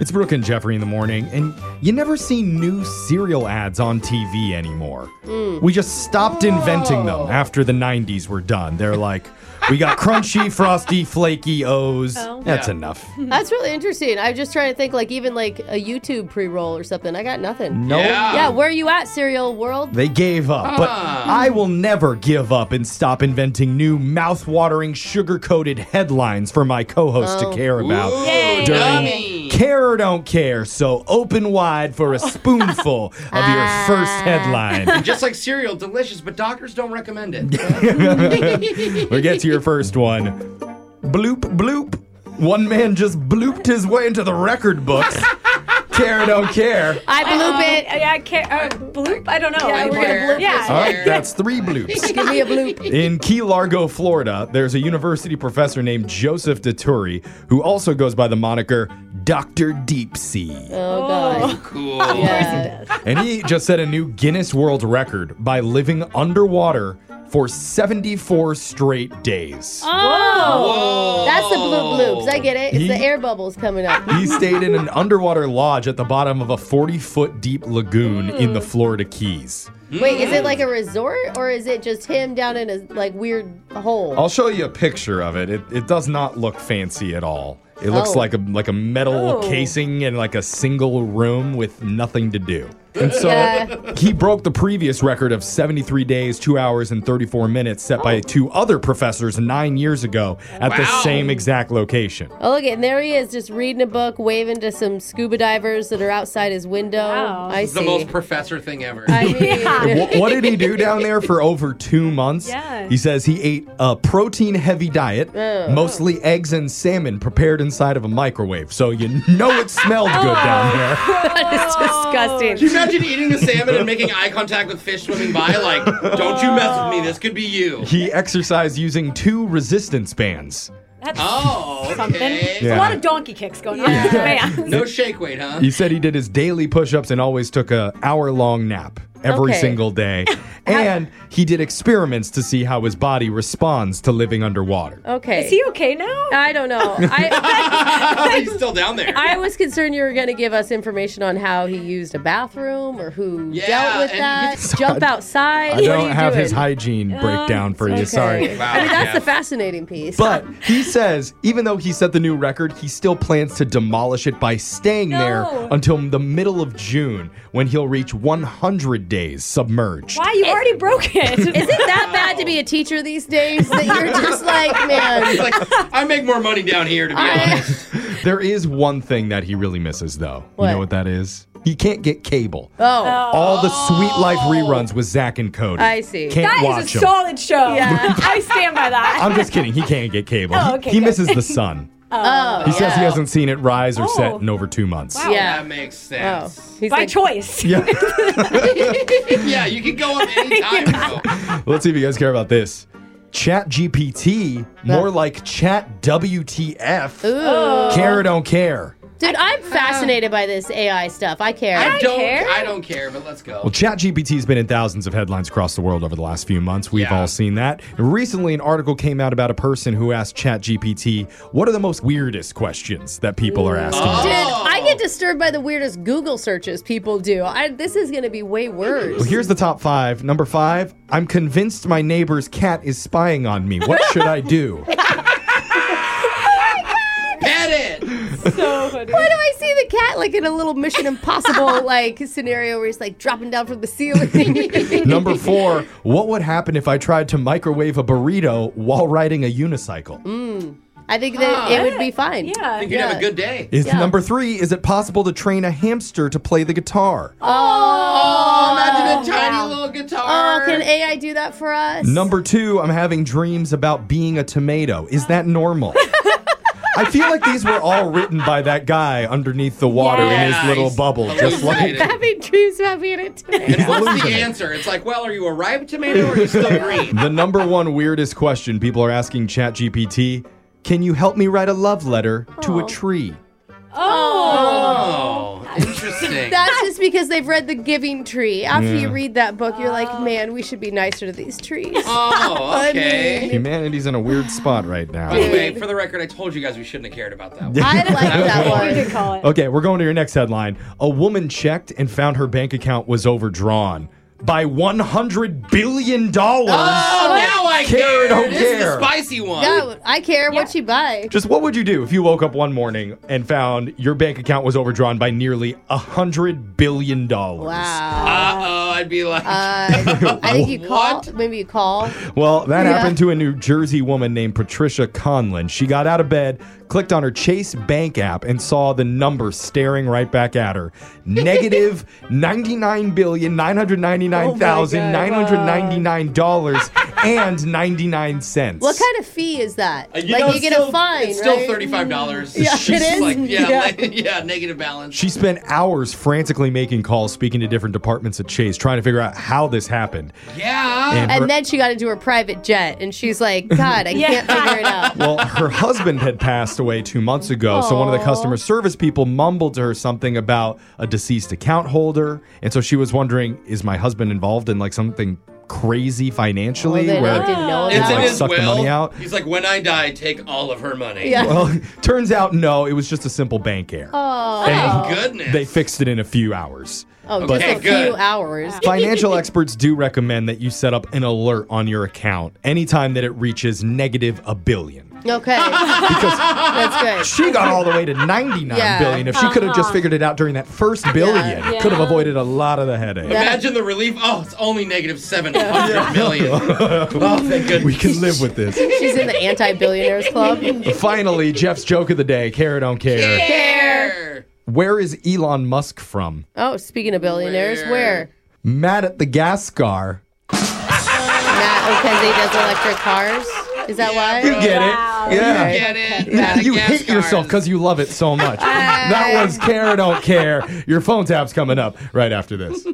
It's Brooke and Jeffrey in the morning, and you never see new cereal ads on TV anymore. Hmm. We just stopped inventing Oh. them after the 90s were done. They're like, we got crunchy, frosty, flaky O's. Oh. That's enough. That's really interesting. I'm just trying to think, like even like a YouTube pre-roll or something. I got nothing. No. Yeah. Yeah, where are you at, cereal world? They gave up, but Ah. I will never give up and stop inventing new mouth-watering, sugar-coated headlines for my co-host to care about. Oh. Ooh, Dirty. yummy. Care or don't care, so open wide for a spoonful of your first headline. Just like cereal, delicious, but doctors don't recommend it. we get to your first one. Bloop, bloop. One man just blooped his way into the record books. care or don't care. I bloop it. I, I can't. Uh, bloop? I don't know. Yeah, I we're gonna care. bloop Yeah. All right, that's three bloops. Give me a bloop. In Key Largo, Florida, there's a university professor named Joseph DeTuri who also goes by the moniker Dr. Deep Sea. Oh god. Cool. Yeah. And he just set a new Guinness World Record by living underwater for 74 straight days. Oh. Whoa. That's the bloop bloops. I get it. It's the He- air bubbles coming up. He stayed in an underwater lodge at the bottom of a 40 foot deep lagoon in the Florida Keys. Wait, is it like a resort or is it just him down in a like weird hole? I'll show you a picture of it. It, it does not look fancy at all. It looks Oh. like a like a metal Oh. casing and like a single room with nothing to do. And so Yeah. he broke the previous record of 73 days, 2 hours and 34 minutes set by two other professors 9 years ago at the Wow. same exact location. Oh, look, and there he is just reading a book, waving to some scuba divers that are outside his window. Wow. I It's see. the most professor thing ever. I mean, Wh- what did he do down there for over two months? Yeah. He says he ate a protein heavy diet, Oh. mostly eggs and salmon prepared inside of a microwave. So you know it smelled good Oh. down there. it's Can disgusting. you imagine eating a salmon and making eye contact with fish swimming by? Like, don't you mess with me. This could be you. He exercised using two resistance bands. That's Oh, something. okay. There's Yeah. A lot of donkey kicks going on. Man. No shake weight, huh? He said he did his daily push ups and always took a hour long nap every Okay. single day. and he did experiments to see how his body responds to living underwater. Okay. Is he okay now? I don't know. I, He's still down there. I was concerned you were going to give us information on how he used a bathroom or who Yeah, dealt with and that. you- Jump outside. I what are don't you have doing? Uh, his hygiene breakdown for you. Okay. Sorry. Wow, I mean, that's yeah. the fascinating piece. But he says, even though he set the new record, he still plans to demolish it by staying there No. until the middle of June when he'll reach 100 days submerged. Why? You already broke it. is it that bad to be a teacher these days that you're just like, He's man? like, I make more money down here, to be I- honest. There is one thing that he really misses, though. You What? know what that is? He can't get cable. Uh, Oh, All the Sweet Life reruns with Zach and Cody. I see. Can't oh. That watch is a 'em. solid show. Yeah. I stand by that. I'm just kidding. He can't get cable. Oh, He- okay, he good. misses the sun. oh, He says he hasn't seen it rise or set Oh. in over two months. Wow. yeah. That makes Oh, sense. he's by like, choice. Yeah. Yeah, you can go up anytime. Let's see if you guys care about this. Chat GPT, more like Chat WTF. Ooh. Care or don't care. Dude, I'm fascinated by this AI stuff. I care. uh, I don't care. I don't care, but let's go. Well, Chat GPT has been in thousands of headlines across the world over the last few months. We've Yeah. all seen that. Recently, an article came out about a person who asked Chat GPT, "What are the most weirdest questions that people are asking?" Oh. Dude, I get disturbed by the weirdest Google searches people do. I, this is going to be way Well, worse. here's the top five. Number five, I'm convinced my neighbor's cat is spying on me. What should I do? Pet it! so funny. Why do I see the cat like in a little Mission Impossible like scenario where he's like dropping down from the ceiling? Number four, what would happen if I tried to microwave a burrito while riding a unicycle? I think that it would be fine. Yeah. You can have a good day. Is Yeah. number three, is it possible to train a hamster to play the guitar? Oh, imagine a tiny little guitar. Oh, can AI do that for us? Number two, I'm having dreams about being a tomato. Is that normal? I feel like these were all written by that guy underneath the water in his Yeah, little he's bubble, just like hallucinated. Having dreams about being a tomato. And what's the Hallucinate. answer? It's like, well, are you a ripe tomato or are you still green? the number one weirdest question people are asking ChatGPT. Oh. Can you help me write a love letter to a tree? Oh. Oh, Interesting. That's just because they've read The Giving Tree. After you read that book, you're Oh. like, man, we should be nicer to these trees. oh, I okay. mean- Humanity's in a weird spot right By the now. way, for the record, I told you guys we shouldn't have cared about that one. I like that You one. could call it. Okay, we're going to your next headline. A woman checked and found her bank account was overdrawn by $100 billion. Oh, now I Care, care. don't This is care. the spicy one. That one- I care Yeah. what you buy. Just what would you do if you woke up one morning and found your bank account was overdrawn by nearly $100 billion? Wow. Uh oh, I'd be like, Uh, I think you call. What? Maybe you call. Well, that Yeah. happened to a New Jersey woman named Patricia Conlin. She got out of bed, clicked on her Chase Bank app, and saw the number staring right back at her. Negative $99,999,999 and 99 cents. Oh What kind of fee is that? uh, you like know, you it's get still, a fine, It's right? still thirty-five dollars. Yeah, She's it is. Like, yeah, yeah. like- yeah, negative balance. She spent hours frantically making calls, speaking to different departments at Chase, trying to figure out how this happened. yeah. her- and then she got into her private jet, and she's like, God, I can't figure it out. Well, her husband had passed away two months ago, so one of the Aw. customer service people mumbled to her something about a deceased account holder, and so she was wondering, is my husband involved in like something crazy financially? Well, then I didn't know it's It's in like his suck the money will. out. He's like, when I die, take all of her money. Yeah. Well, turns out no, it was just a simple bank error. Oh, And Goodness. They fixed it in a few hours. oh Okay, just a few good. hours. Financial experts do recommend that you set up an alert on your account anytime that it reaches negative a billion. Okay, that's good. She got all the way to ninety-nine billion. Yeah. If she could have just figured it out during that first billion, Yeah. could have avoided a lot of the headache. Imagine the relief. Oh, it's only negative seven hundred million. oh, thank goodness. We can live with this. She's in the anti-billionaires club. Finally, Jeff's joke of the day, care or don't care. care. Where is Elon Musk from? Oh, speaking of billionaires, Where? where? Mad at the gas car. Matt O'Kenzie does electric cars. Is that why? You get Wow. it. Yeah. Get it? You hate Madagascar. yourself because you love it so much. that was Care or Don't Care. Your phone tap's coming up right after this.